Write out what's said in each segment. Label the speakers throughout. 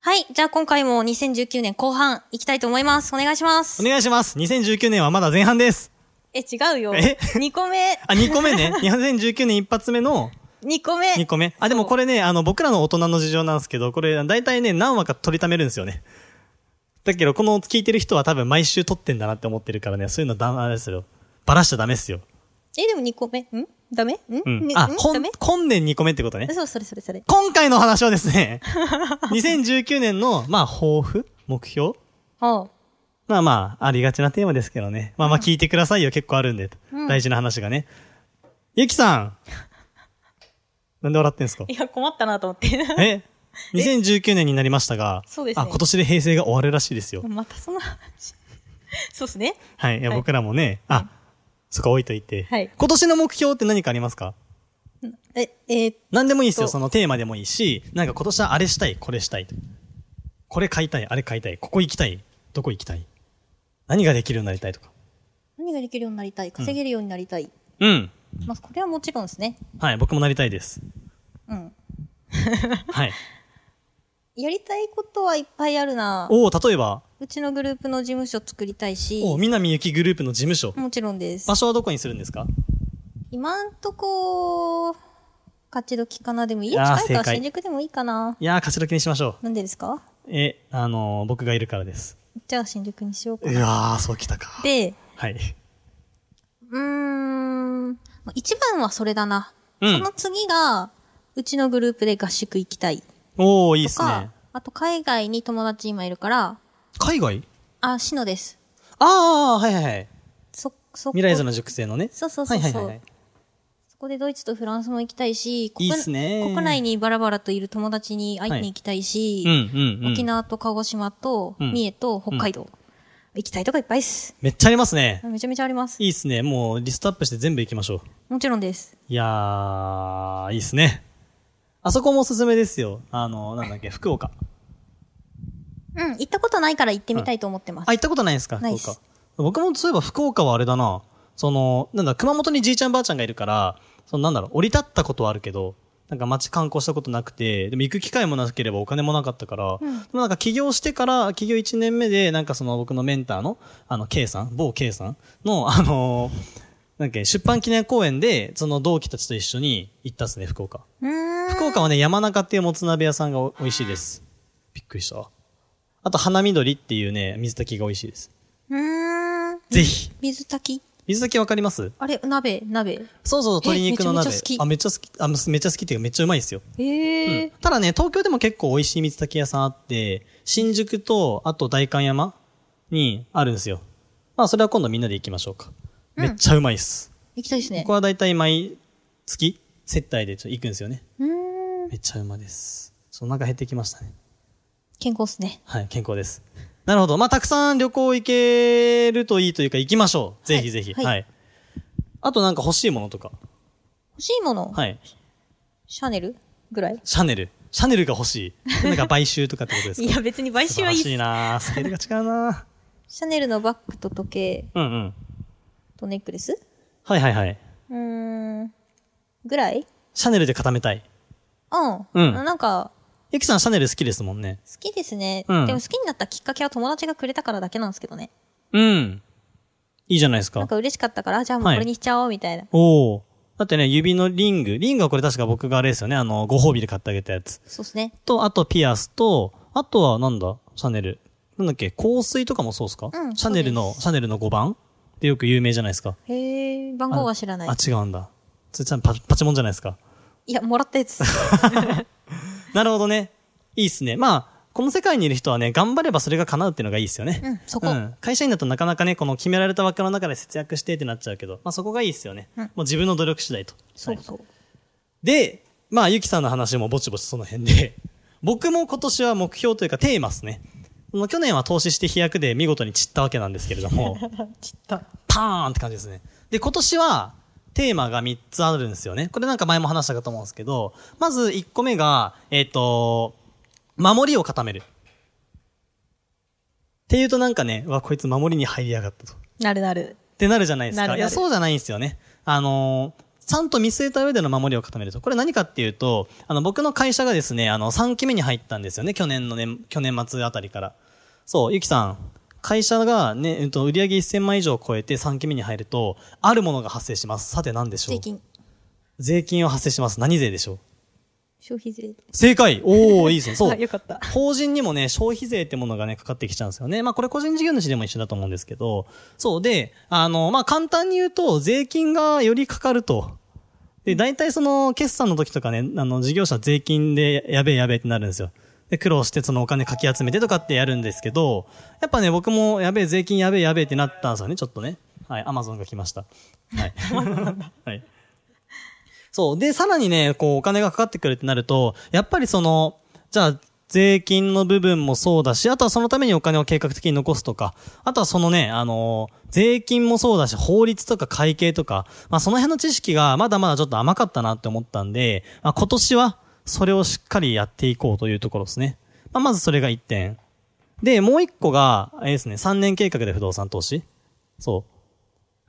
Speaker 1: はい。じゃあ今回も2019年後半行きたいと思います。お願いします。
Speaker 2: お願いします。2019年はまだ前半です。
Speaker 1: え、違うよ。
Speaker 2: え
Speaker 1: 2個目。
Speaker 2: あ、2個目 ね。2019年一発目の
Speaker 1: 2個目。
Speaker 2: 2個目。あ、でもこれね、あの、僕らの大人の事情なんですけど、これ、大体ね、何話か取りためるんですよね。だけど、この聞いてる人は多分毎週撮ってんだなって思ってるからね、そういうのだ、あれですよ。バラしちゃダメっすよ。
Speaker 1: え、でも2個目。んダメん、
Speaker 2: うん。
Speaker 1: ね
Speaker 2: あ、
Speaker 1: ん
Speaker 2: こ
Speaker 1: ダ
Speaker 2: ん
Speaker 1: メ、
Speaker 2: 今年2個目ってことね。
Speaker 1: そう、それそれそれ。
Speaker 2: 今回の話はで すね、2019年の、まあ、抱負目標
Speaker 1: は
Speaker 2: まあまあ、ありがちなテーマですけどね。まあまあ聞いてくださいよ、結構あるんで。
Speaker 1: うん
Speaker 2: 大事な話がね。ゆきさ んなんで笑ってんすか
Speaker 1: あ。いや、困ったなと思って。
Speaker 2: え ?2019 年になりましたが、
Speaker 1: そうですね
Speaker 2: あ、今年で平成が終わるらしいですよ。
Speaker 1: またその話。そうですね。
Speaker 2: はい。いや、
Speaker 1: はい
Speaker 2: 僕らもね、あ、そこ置いといて。
Speaker 1: はい
Speaker 2: 今年の目標って何かありますか
Speaker 1: え、えー
Speaker 2: 何でもいいですよ、
Speaker 1: そう
Speaker 2: そのテーマでもいいし、なんか今年はあれしたい、これしたい。これ買いたい、あれ買いたい、ここ行きたい、どこ行きたい。何ができるようになりたいとか。
Speaker 1: 何ができるようになりたい稼げるようになりたい。
Speaker 2: うん。
Speaker 1: まあ、これはもちろんですね。
Speaker 2: はい、僕もなりたいです。
Speaker 1: うん。
Speaker 2: はい。
Speaker 1: やりたいことはいっぱいあるな。
Speaker 2: おお、例えば、
Speaker 1: うちのグループの事務所作りたいし、
Speaker 2: おう南ゆきグループの事務所。
Speaker 1: もちろんです
Speaker 2: 場。所はどこにするんですか
Speaker 1: 今んとこ、勝ち時かなでもいい
Speaker 2: いやー
Speaker 1: 近いから
Speaker 2: 正解
Speaker 1: 新宿でもいいかない
Speaker 2: やー、貸し時にしましょ
Speaker 1: なんでですか
Speaker 2: う。え、あのー僕がいるからです。
Speaker 1: じゃあ新宿にしようか
Speaker 2: うわー、そうきたか。
Speaker 1: で、
Speaker 2: はい。
Speaker 1: うーん、まあ一番はそれだな。
Speaker 2: う
Speaker 1: そ
Speaker 2: ん
Speaker 1: の。次が、うちのグループで合宿行きたい
Speaker 2: おおいい
Speaker 1: と
Speaker 2: っす
Speaker 1: か、
Speaker 2: ね。
Speaker 1: あと海外に友達今いるから、
Speaker 2: 海外
Speaker 1: あ、シノです。
Speaker 2: ああ、はいはいはい。
Speaker 1: そ、そこ、
Speaker 2: 未来図の熟成のね。
Speaker 1: そうそう
Speaker 2: は
Speaker 1: そう
Speaker 2: い
Speaker 1: そ
Speaker 2: は
Speaker 1: う
Speaker 2: いはいはい。
Speaker 1: そこでドイツとフランスも行きたいし、
Speaker 2: いいっすね
Speaker 1: 国内にバラバラといる友達に会いに行きたいし、
Speaker 2: うんうんうん。
Speaker 1: 沖縄と鹿児島と
Speaker 2: うん
Speaker 1: 三重と北海道、行きたいとかいっぱいです。
Speaker 2: めっちゃありますね。
Speaker 1: めちゃめちゃあります。
Speaker 2: いいっすね。もうリストアップして全部行きましょう。
Speaker 1: もちろんです。
Speaker 2: いやー、いいっすね。あそこもおすすめですよ。あのー、なんだっけ、福岡。
Speaker 1: うん、行ったことないから行ってみたいと思ってます。
Speaker 2: あ、行ったことないですか
Speaker 1: な
Speaker 2: 福
Speaker 1: いっす
Speaker 2: 岡。僕もそういえば福岡はあれだな。その、なんだ、熊本にじいちゃんばあちゃんがいるから、そのなんだろう、降り立ったことはあるけど、なんか街観光したことなくて、でも行く機会もなければお金もなかったから、
Speaker 1: うん
Speaker 2: でもなんか起業してから、起業1年目で、なんかその僕のメンターの、あの、K さん、某 K さんの、あのーなんだっけ、出版記念公演で、その同期たちと一緒に行ったっすね、福岡。
Speaker 1: うーん。
Speaker 2: 福岡はね、山中っていうもつ鍋屋さんがお美味しいです。びっくりしたわ。あと、花緑っていうね、水炊きが美味しいです。
Speaker 1: うーん。
Speaker 2: ぜひ。
Speaker 1: 水炊き
Speaker 2: 水炊きわかります
Speaker 1: あれ、鍋、鍋。
Speaker 2: そうそう、
Speaker 1: え
Speaker 2: 鶏肉の鍋。
Speaker 1: めちゃめちゃ好き
Speaker 2: あ、めっちゃ好き。あ、むめっちゃ好きっていうかめっちゃうまいですよ。
Speaker 1: ええー。
Speaker 2: ただね、東京でも結構美味しい水炊き屋さんあって、新宿と、あと代官山にあるんですよ。まあ、それは今度みんなで行きましょうか。めっちゃうまいっす。
Speaker 1: 行きたいですね
Speaker 2: ここ。はだいたい毎月、接待でちょっと行くんですよね。
Speaker 1: うーん。
Speaker 2: めっちゃうまいです。そう、お腹減ってきましたね。
Speaker 1: 健康っすね。
Speaker 2: はい、健康です。なるほど。まあ、たくさん旅行行けるといいというか、行きましょう。ぜひぜひ。
Speaker 1: は
Speaker 2: はいい。あとなんか欲しいものとか。
Speaker 1: 欲しいもの、
Speaker 2: はい。
Speaker 1: シャネルぐらい
Speaker 2: シャネル。シャネルが欲しい。なんか買収とかってことですか
Speaker 1: いや、別に買収はいい
Speaker 2: 素
Speaker 1: っ
Speaker 2: 晴らしいなぁスケールが違うな
Speaker 1: す。シャネルのバッグと時計
Speaker 2: ぁうんうん。
Speaker 1: とネックレス
Speaker 2: はいはいはい。
Speaker 1: うーん。ぐらい
Speaker 2: シャネルで固めたい。
Speaker 1: うん。
Speaker 2: うん
Speaker 1: なんか、
Speaker 2: ゆきさんシャネル好きですもんね。
Speaker 1: 好きですね、
Speaker 2: うん
Speaker 1: でも好きになったきっかけは友達がくれたからだけなんですけどね。
Speaker 2: うん。いいじゃないです
Speaker 1: な
Speaker 2: か
Speaker 1: ん。か嬉しかったから、あじゃあもう
Speaker 2: はい
Speaker 1: これにしちゃおうみたいな。
Speaker 2: おお。だってね、指のリング。リングはこれ確か僕があれですよね。あの、ご褒美で買ってあげたやつ。
Speaker 1: そうですね。
Speaker 2: と、あとピアスと、あとはなんだシャネル。なんだっけ香水とかもそうっすか、
Speaker 1: うん
Speaker 2: シャネ
Speaker 1: そ
Speaker 2: ル
Speaker 1: う
Speaker 2: の
Speaker 1: で、
Speaker 2: シャネルの5番ってよく有名じゃないですか。
Speaker 1: へえ、番号は知らない
Speaker 2: あ、。違うんだ。それちゃんパパチモンじゃないですか。
Speaker 1: いや、もらったやつ。
Speaker 2: なるほどね。いいっすね。まあ、この世界にいる人はね、頑張ればそれが叶うっていうのがいいっすよね。
Speaker 1: うん、そこ。
Speaker 2: ん会社員だとなかなかね、この決められた枠の中で節約してってなっちゃうけど、まあそこがいいっすよね。
Speaker 1: うん
Speaker 2: もう自分の努力次第と。
Speaker 1: そう
Speaker 2: はい
Speaker 1: そう。
Speaker 2: で、ま あ、ゆきさんの話もぼちぼちその辺で、僕も今年は目標というかテーマですね。の去年は投資して飛躍で見事に散ったわけなんですけれども、
Speaker 1: ちった。
Speaker 2: パーンって感じですね。で、今年は、テーマが3つあるんですよね。これなんか前も話したかと思うんですけど、まず1個目が、えっ、と、守りを固める。っていうとなんかね、うわ、こいつ守りに入りやがったと。っ
Speaker 1: なるなる。
Speaker 2: てなるじゃないです
Speaker 1: なる
Speaker 2: か。
Speaker 1: ないる
Speaker 2: や、そうじゃないんですよね。あのーちゃんと見据えた上での守りを固めると。これ何かっていうと、あの、僕の会社がですね、あの、3期目に入ったんですよね。去年の年、去年末あたりから。そう、ゆきさん。会社がね、うんと、売上1000万以上を超えて3期目に入ると、あるものが発生します。さて何でしょう
Speaker 1: 税金。
Speaker 2: 税金を発生します。何税でしょう
Speaker 1: 消費税。
Speaker 2: 正解おー、いいです ね。そ
Speaker 1: あ
Speaker 2: う。
Speaker 1: よかった。
Speaker 2: 法人にもね、消費税ってものがね、かかってきちゃうんですよね。まあこれ個人事業主でも一緒だと思うんですけど、そうで、あの、まあ簡単に言うと、税金がよりかかると。で、大体その、決算の時とかね、あの、事業者税金でやべえやべえってなるんですよ。で、苦労してそのお金かき集めてとかってやるんですけど、やっぱね、僕もやべえ税金やべえやべえってなったんですよね、ちょっとね。はい、アマゾンが来ました。はい。はい。そう。で、さらにね、こう、お金がかかってくるってなると、やっぱりその、じゃあ、税金の部分もそうだし、あとはそのためにお金を計画的に残すとか、あとはそのね、あのー税金もそうだし、法律とか会計とか、まあその辺の知識がまだまだちょっと甘かったなって思ったんで、まあ今年はそれをしっかりやっていこうというところですね。まあまずそれが1点。で、もう1個が、あれですね、3年計画で不動産投資そ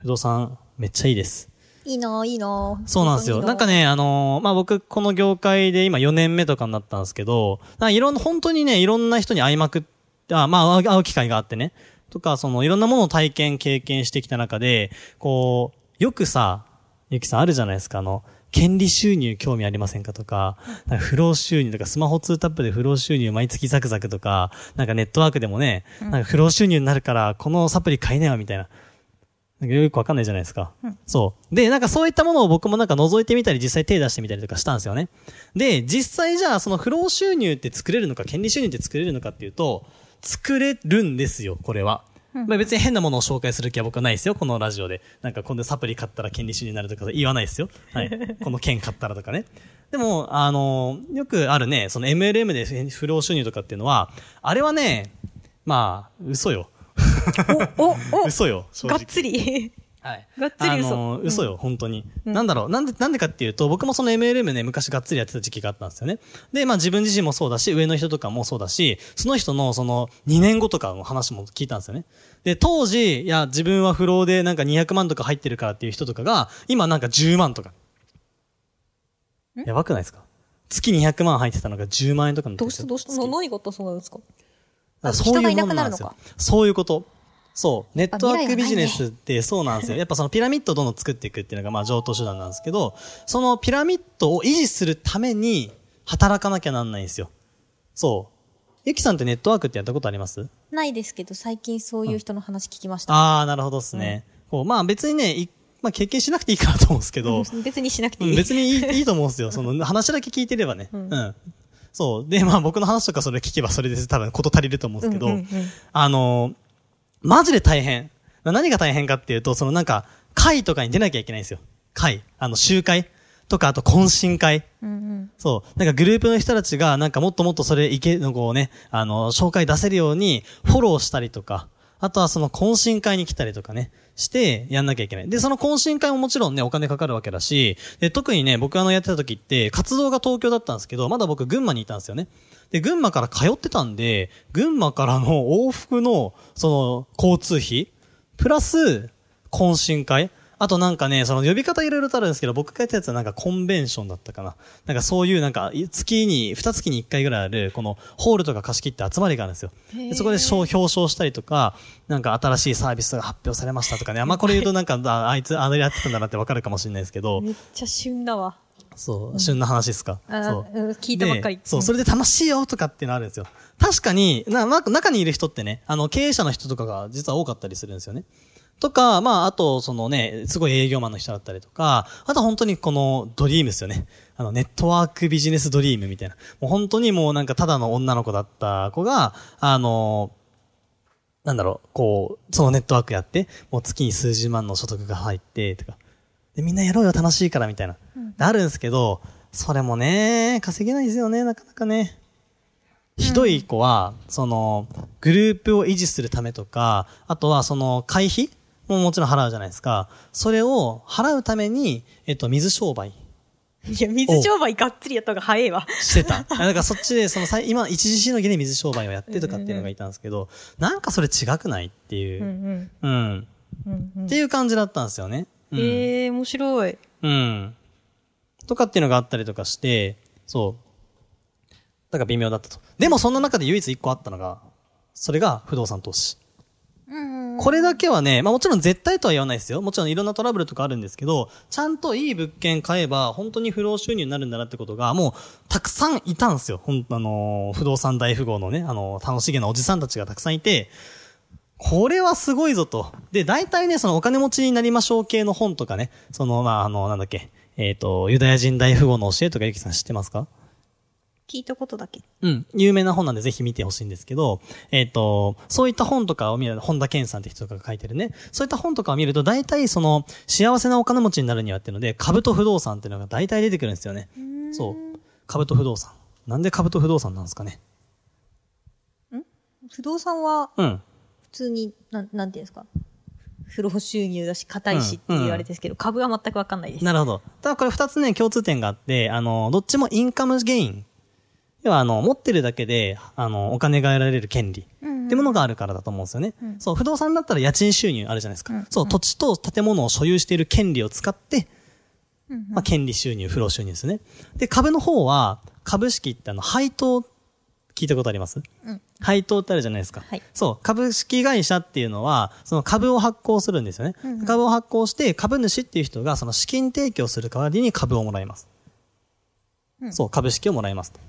Speaker 2: う。不動産、めっちゃいいです。
Speaker 1: いいのいいの
Speaker 2: そうなんですよ。なんか。ね、あのーまあ、僕、この業界で今4年目とかになったんですけど、なんかいろんな、本当にね、いろんな人に会いまくっあ、まあ、会う会う機会があってね、とか、その、いろんなものを体験、経験してきた中で、こう、よくさ、ゆきさんあるじゃないですか、あの、権利収入興味ありませんかとか、なんか不労収入とか、スマホ2タップで不労収入毎月ザクザクとか、なんかネットワークでもね、なんか不労収入になるから、このサプリ買いなよ、みたいな。なんかよくわかんないじゃないですか。そう。で、なんかそういったものを僕もなんか覗いてみたり、実際手出してみたりとかしたんですよね。で、実際じゃあ、その不労収入って作れるのか、権利収入って作れるのかっていうと、作れるんですよ、これは。まあ別に変なものを紹介する気は僕はないですよ、このラジオで。なんか今度サプリ買ったら権利収入になるとか言わないですよ。 はい。この券買ったらとかね。でも、あのよくあるね、その MLM で不労収入とかっていうのは、あれはね、まあ、嘘よ。
Speaker 1: お、お、
Speaker 2: 嘘よ、正
Speaker 1: が
Speaker 2: 直
Speaker 1: っ。つり。
Speaker 2: はい。
Speaker 1: がっつり嘘
Speaker 2: あのー嘘よ、本当に。なんだろう、なんで、なんでかっていうと、僕もその MLM ね、昔がっつりやってた時期があったんですよね。で、まあ自分自身もそうだし、上の人とかもそうだし、その人のその2年後とかの話も聞いたんですよね。で、当時、いや、自分は不労でなんか200万とか入ってるからっていう人とかが、今なんか10万とか。やばくないですか月200万入ってたのが10万円とかになって
Speaker 1: どうん
Speaker 2: るで
Speaker 1: し
Speaker 2: す
Speaker 1: た
Speaker 2: よ
Speaker 1: どうしたの何があったそうなんですか
Speaker 2: だから
Speaker 1: 人
Speaker 2: そう
Speaker 1: が
Speaker 2: い
Speaker 1: いうな
Speaker 2: も
Speaker 1: く
Speaker 2: ん
Speaker 1: な
Speaker 2: なん
Speaker 1: る
Speaker 2: で
Speaker 1: の
Speaker 2: す
Speaker 1: か
Speaker 2: よ。そういうこと。そう。ネットワークビジネスってそうなんですよ。やっぱそのピラミッドをどんどん作っていくっていうのがまあ上等手段なんですけど、そのピラミッドを維持するために働かなきゃなんないんですよ。そう。ゆきさんってネットワークってやったことあります
Speaker 1: ないですけど、最近そういう人の話聞きました。
Speaker 2: ああ、なるほどですね。こうまあ別にね、いまあ経験しなくていいかなと思うんですけど、
Speaker 1: 別にしなくて
Speaker 2: う
Speaker 1: い
Speaker 2: ん、
Speaker 1: い。
Speaker 2: 別にいいいいと思うんですよ。その話だけ聞いてればね。うん。そう。で、まあ僕の話とかそれ聞けばそれです。多分こと足りると思うんですけ
Speaker 1: う
Speaker 2: ど、
Speaker 1: んうんうん
Speaker 2: あのーマジで大変。な何が大変かっていうと、そのなんか、会とかに出なきゃいけないんですよ。会。あの、集会とか、あと懇親会。
Speaker 1: うんうん。
Speaker 2: そう。なんかグループの人たちが、なんかもっともっとそれいけ、のこうね、あの、紹介出せるように、フォローしたりとか、あとはその懇親会に来たりとかね、して、やんなきゃいけない。で、その懇親会ももちろんね、お金かかるわけだし、で、特にね、僕あの、やってた時って、活動が東京だったんですけど、まだ僕群馬にいたんですよね。で、群馬から通ってたんで、群馬からの往復の、その、交通費、プラス、懇親会あとなんかね、その呼び方いろいろとあるんですけど、僕がやったやつはなんかコンベンションだったかな。なんかそういうなんか、い月に、二月に一回ぐらいある、このホールとか貸し切って集まりがあるんですよ。でそこで賞表彰したりとか、なんか新しいサービスが発表されましたとかね。あんまこれ言うとなんか、ああいつあれやってたんだなってわかるかもしれないですけど、
Speaker 1: めっちゃ旬だわ。
Speaker 2: そう、旬な話ですか。
Speaker 1: あ
Speaker 2: そう
Speaker 1: うん聞いたばっかり
Speaker 2: で。そう、それで楽しいよとかっていうのあるんですよ。確かに、な、な中にいる人ってね、あの、経営者の人とかが実は多かったりするんですよね。とか、まあ、あと、そのね、すごい営業マンの人だったりとか、あと本当にこのドリームですよね。あの、ネットワークビジネスドリームみたいな。もう本当にもうなんかただの女の子だった子が、あの、なんだろう、こう、そのネットワークやって、もう月に数十万の所得が入って、とか。で、みんなやろうよ、楽しいから、みたいな。であるんですけど、それもね、稼げないですよね、なかなかね。ひどい子は、その、グループを維持するためとか、あとはその、会費ももちろん払うじゃないですか。それを払うために、えっと、水商売
Speaker 3: いや、水商売がっつりやった方が早いわ。
Speaker 2: してた。あなんかそっちで、その、さい今、一時しのぎで水商売をやってとかっていうのがいたんですけど、なんかそれ違くないっていうう。
Speaker 3: ん
Speaker 2: うん。
Speaker 3: うん。うん
Speaker 2: っていう感じだったんですよね。うん
Speaker 3: ええ、面白い。
Speaker 2: うん。とかっていうのがあったりとかして、そう。だから微妙だったと。でもそんな中で唯一一個あったのが、それが不動産投資。
Speaker 1: うん。
Speaker 2: これだけはね、まあもちろん絶対とは言わないですよ。もちろんいろんなトラブルとかあるんですけど、ちゃんといい物件買えば本当に不労収入になるんだなってことが、もうたくさんいたんですよ。ほん、あのー不動産大富豪のね、あのー楽しげなおじさんたちがたくさんいて、これはすごいぞと。で、大体ね、そのお金持ちになりましょう系の本とかね、その、まあ、あの、なんだっけ、えっ、と、ユダヤ人大富豪の教えとかゆきさん知ってますか
Speaker 3: 聞いたことだけ。
Speaker 2: うん。有名な本なんでぜひ見てほしいんですけど、えっ、と、そういった本とかを見る、本田健さんって人が書いてるね。そういった本とかを見ると、大体その、幸せなお金持ちになるにはっていうので、株と不動産っていうのが大体出てくるんですよね。そう。株と不動産。なんで株と不動産なんですかね。
Speaker 3: 不動産は
Speaker 2: うん。
Speaker 3: 普通に、なん、なんていうんですか。不労収入だし、硬いしっていうあれですけど、株は全くわかんないです。
Speaker 2: なるほど。ただこれ二つね、共通点があって、あの、どっちもインカムゲイン。要は、あの、持ってるだけで、あの、お金が得られる権利。ってものがあるからだと思うんですよね。そう、不動産だったら家賃収入あるじゃないですか。そう、土地と建物を所有している権利を使って、まあ、権利収入、不労収入ですね。で、株の方は、株式ってあの、配当、聞いたことあります、配当ってあるじゃないですか。
Speaker 3: はい
Speaker 2: そう、株式会社っていうのは、その株を発行するんですよね。株を発行して、株主っていう人がその資金提供する代わりに株をもらいます。そう、株式をもらいますと。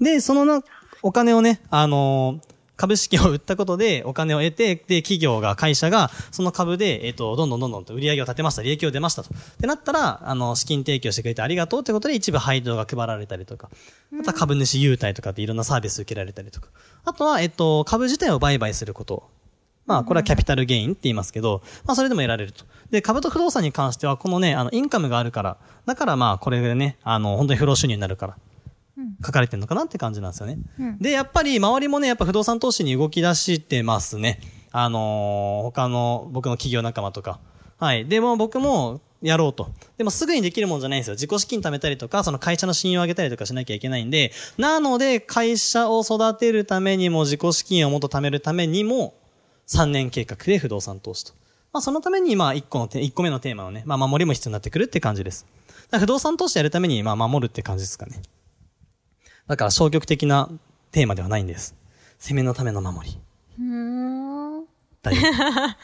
Speaker 2: で、そのな、お金をね、あのー株式を売ったことでお金を得て、で、企業が、会社が、その株で、えっ、と、どんどんどんどんと売り上げを立てました、利益を出ましたと。ってなったら、あの、資金提供してくれてありがとうってことで一部配当が配られたりとか、また株主優待とかっていろんなサービス受けられたりとか。あとは、えっ、と、株自体を売買すること。まあ、これはキャピタルゲインって言いますけど、まあ、それでも得られると。で、株と不動産に関しては、このね、あの、インカムがあるから、だからまあ、これでね、あの、本当に不労収入になるから、書かれてるのかなって感じなんですよね。で、やっぱり、周りもね、やっぱ不動産投資に動き出してますね。あのー他の、僕の企業仲間とか。はい。でも、僕も、やろうと。でもすぐにできるもんじゃないんですよ。自己資金貯めたりとか、その会社の信用を上げたりとかしなきゃいけないんで、なので、会社を育てるためにも、自己資金をもっと貯めるためにも、3年計画で不動産投資と。まあ、そのために、まあ、1個のテ、一個目のテーマのね、まあ、守りも必要になってくるって感じです。だから不動産投資やるために、まあ、守るって感じですかね。だから、消極的なテーマではないんです。攻めのための守り。
Speaker 1: うん。
Speaker 2: だよ。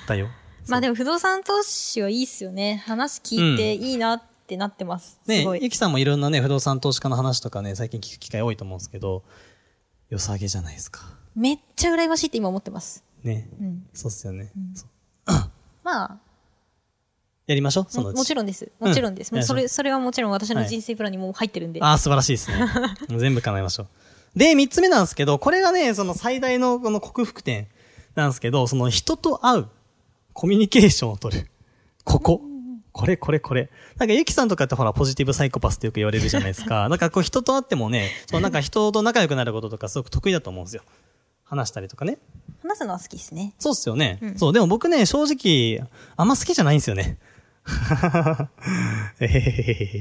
Speaker 2: だよ。
Speaker 1: まあでも不動産投資はいいっすよね。話聞いていいなってなってます。す
Speaker 2: ね
Speaker 1: ご
Speaker 2: ゆ
Speaker 1: い。
Speaker 2: きさんもいろんなね、不動産投資家の話とかね、最近聞く機会多いと思うんですけど、良さげじゃないですか。
Speaker 1: めっちゃ羨ましいって今思ってます。
Speaker 2: ね。
Speaker 1: うん。
Speaker 2: そうっすよね。そう
Speaker 1: ま
Speaker 2: やりましょう、
Speaker 1: あ、
Speaker 2: その
Speaker 1: も
Speaker 2: うち。
Speaker 1: もちろんです。もちろんです。
Speaker 2: うん
Speaker 1: もうそれ、それはもちろん私の
Speaker 2: はい
Speaker 1: 人生プランにもう入ってるんで。
Speaker 2: ああ、素晴らしいですね。もう全部叶えましょう。で、三つ目なんですけど、これがね、その最大のこの克服点なんですけど、その人と会う、コミュニケーションを取る。ここ。これこれこれ。なんかゆきさんとかってほらポジティブサイコパスってよく言われるじゃないですか。なんかこう人と会ってもね、そうなんか人と仲良くなることとかすごく得意だと思うんですよ。話したりとかね。
Speaker 1: 話すのは好きですね。
Speaker 2: そうっすよね。そう、でも僕ね、正直、あんま好きじゃないんですよね。 えへへ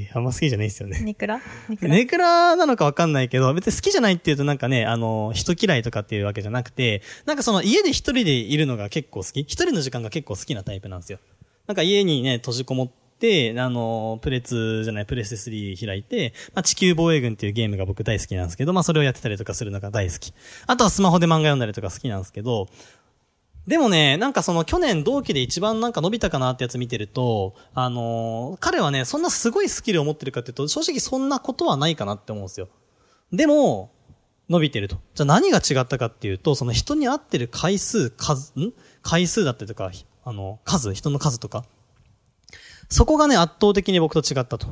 Speaker 2: へへ、あんま好きじゃないんですよね。
Speaker 1: ネクラネクラ
Speaker 2: ネクラなのかわかんないけど、別に好きじゃないっていうとなんかね、あの、人嫌いとかっていうわけじゃなくて、なんかその家で一人でいるのが結構好き。一人の時間が結構好きなタイプなんですよ。なんか家にね、閉じこもって、あの、プレツじゃない、プレステ3開いて、まあ、地球防衛軍っていうゲームが僕大好きなんですけど、まあ、それをやってたりとかするのが大好き。あとはスマホで漫画読んだりとか好きなんですけど、でもね、なんかその去年同期で一番なんか伸びたかなってやつ見てると、あのー彼はね、そんなすごいスキルを持ってるかっていうと、正直そんなことはないかなって思うんですよ。でも、伸びてると。じゃあ何が違ったかっていうと、その人に会ってる回数、数、ん回数だったりとか、あの、数、人の数とか。そこがね、圧倒的に僕と違ったと。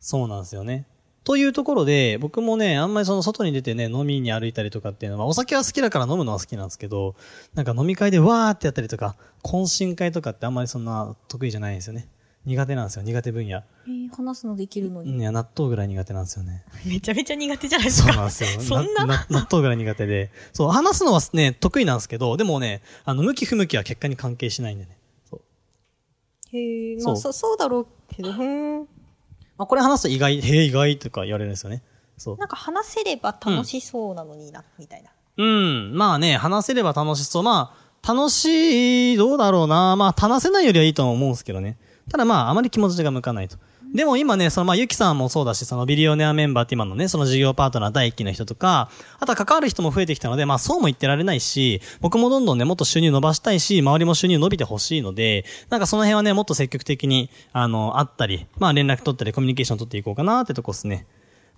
Speaker 2: そうなんですよね。というところで、僕もね、あんまりその外に出てね、飲みに歩いたりとかっていうのは、お酒は好きだから飲むのは好きなんですけど、なんか飲み会でわーってやったりとか、懇親会とかってあんまりそんな得意じゃないんですよね。苦手なんですよ、苦手分野。
Speaker 1: えー話すのできるの
Speaker 2: う
Speaker 1: に。
Speaker 2: んいや、納豆ぐらい苦手なんです よね。
Speaker 1: めちゃめちゃ苦手じゃないです
Speaker 2: そう
Speaker 1: か。
Speaker 2: なんですよ。
Speaker 1: そんな
Speaker 2: 納豆ぐらい苦手で。そう、話すのはね、得意なんですけど、でもね、あの、向き不向きは結果に関係しないんでね。そう。
Speaker 1: へえ、まあそ、
Speaker 2: そ
Speaker 1: そうだろうけど、ふーん。
Speaker 2: まあ、これ話すと意外、へえ、意外とか言われるんですよね。そう
Speaker 1: なん。か話せれば楽しそうなのにな、みたいな。
Speaker 2: うん。まあね、話せれば楽しそう。まあ、楽しい、どうだろうな。まあ、話せないよりはいいと思うんですけどね。ただまあ、あまり気持ちが向かないと。でも今ね、そのまあ、ゆきさんもそうだし、そのビリオネアメンバーって今のね、その事業パートナー第一期の人とか、あとは関わる人も増えてきたので、まあそうも言ってられないし、僕もどんどんね、もっと収入伸ばしたいし、周りも収入伸びてほしいので、なんかその辺はね、もっと積極的に、あの、会ったり、まあ連絡取ったり、コミュニケーション取っていこうかなってとこですね。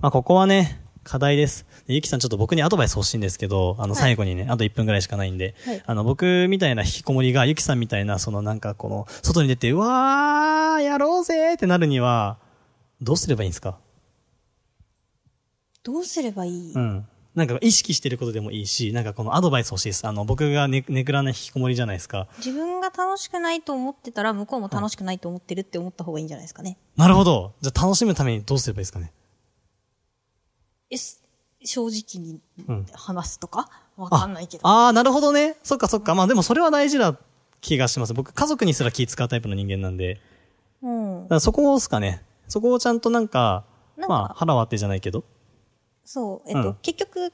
Speaker 2: まあ、ここはね、課題です。でゆきさんちょっと僕にアドバイス欲しいんですけど、あの、最後にね、あと1分ぐらいしかないんで、あの、僕みたいな引きこもりが、ゆきさんみたいな、そのなんかこの、外に出て、うわー、やろうぜーってなるには、どうすればいいんですか
Speaker 1: どうすればいい、
Speaker 2: うん。なんか意識してることでもいいし、なんかこのアドバイス欲しいです。あの、僕がね、ねくらない引きこもりじゃないですか。
Speaker 1: 自分が楽しくないと思ってたら、向こうも楽しくないと思ってるって思った方がいいんじゃないですかね。
Speaker 2: なるほど。じゃあ楽しむためにどうすればいいですかね。
Speaker 1: え、す正直に
Speaker 2: うん
Speaker 1: 話すとかわかんないけど。
Speaker 2: ああー、なるほどね。そっかそっか。まあでもそれは大事な気がします。僕、家族にすら気使うタイプの人間なんで。
Speaker 1: うん
Speaker 2: だ。からそこですかね。そこをちゃんとなんか、
Speaker 1: なんか
Speaker 2: まあ、腹割ってじゃないけど。
Speaker 1: そう。えっと、
Speaker 2: うん
Speaker 1: 結局、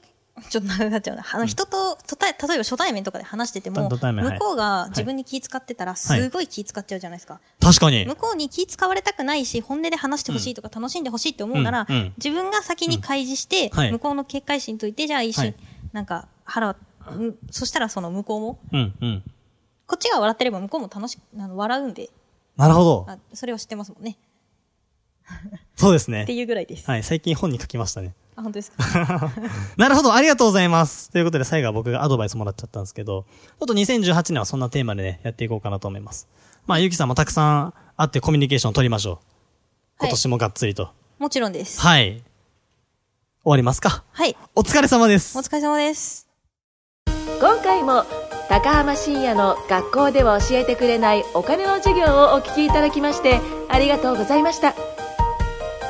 Speaker 1: ちょっと長くなっちゃうな。あの、人と、とた例えば初対面とかで話してても、
Speaker 2: 初対面はい
Speaker 1: 向こうが自分に気使ってたら、すごい気使っちゃうじゃないですか。
Speaker 2: 確かに
Speaker 1: 向。こうに気使われたくないし、本音で話してほしいとか楽しんでほしいって思うなら、
Speaker 2: うんうん
Speaker 1: 自分が先に開示して、
Speaker 2: うんはい
Speaker 1: 向こうの警戒心といて、じゃあ一緒に、
Speaker 2: はい
Speaker 1: なんか、腹、うん、そしたらその向こうも、
Speaker 2: うん、うん。
Speaker 1: こっちが笑ってれば向こうも楽しく、あの笑うんで
Speaker 2: なるほど。
Speaker 1: あ、それを知ってますもんね。
Speaker 2: そうです
Speaker 1: って
Speaker 2: ね。
Speaker 1: いうぐらいです。
Speaker 2: はい、最近本に書きましたね。
Speaker 1: あ、本当ですか。
Speaker 2: なるほど、ありがとうございます。ということで、最後は僕がアドバイスもらっちゃったんですけど、ちょっと2018年はそんなテーマでね、やっていこうかなと思います。まあ、ゆきさんもたくさん会ってコミュニケーションを取りましょう。今年もがっつりと。
Speaker 1: もちろんです。
Speaker 2: はい。終わりますか。
Speaker 1: はい。
Speaker 2: お疲れ様です
Speaker 1: お。疲れ様です。
Speaker 4: 今回も高浜深也の学校では教えてくれないお金の授業をお聞きいただきましてありがとうございました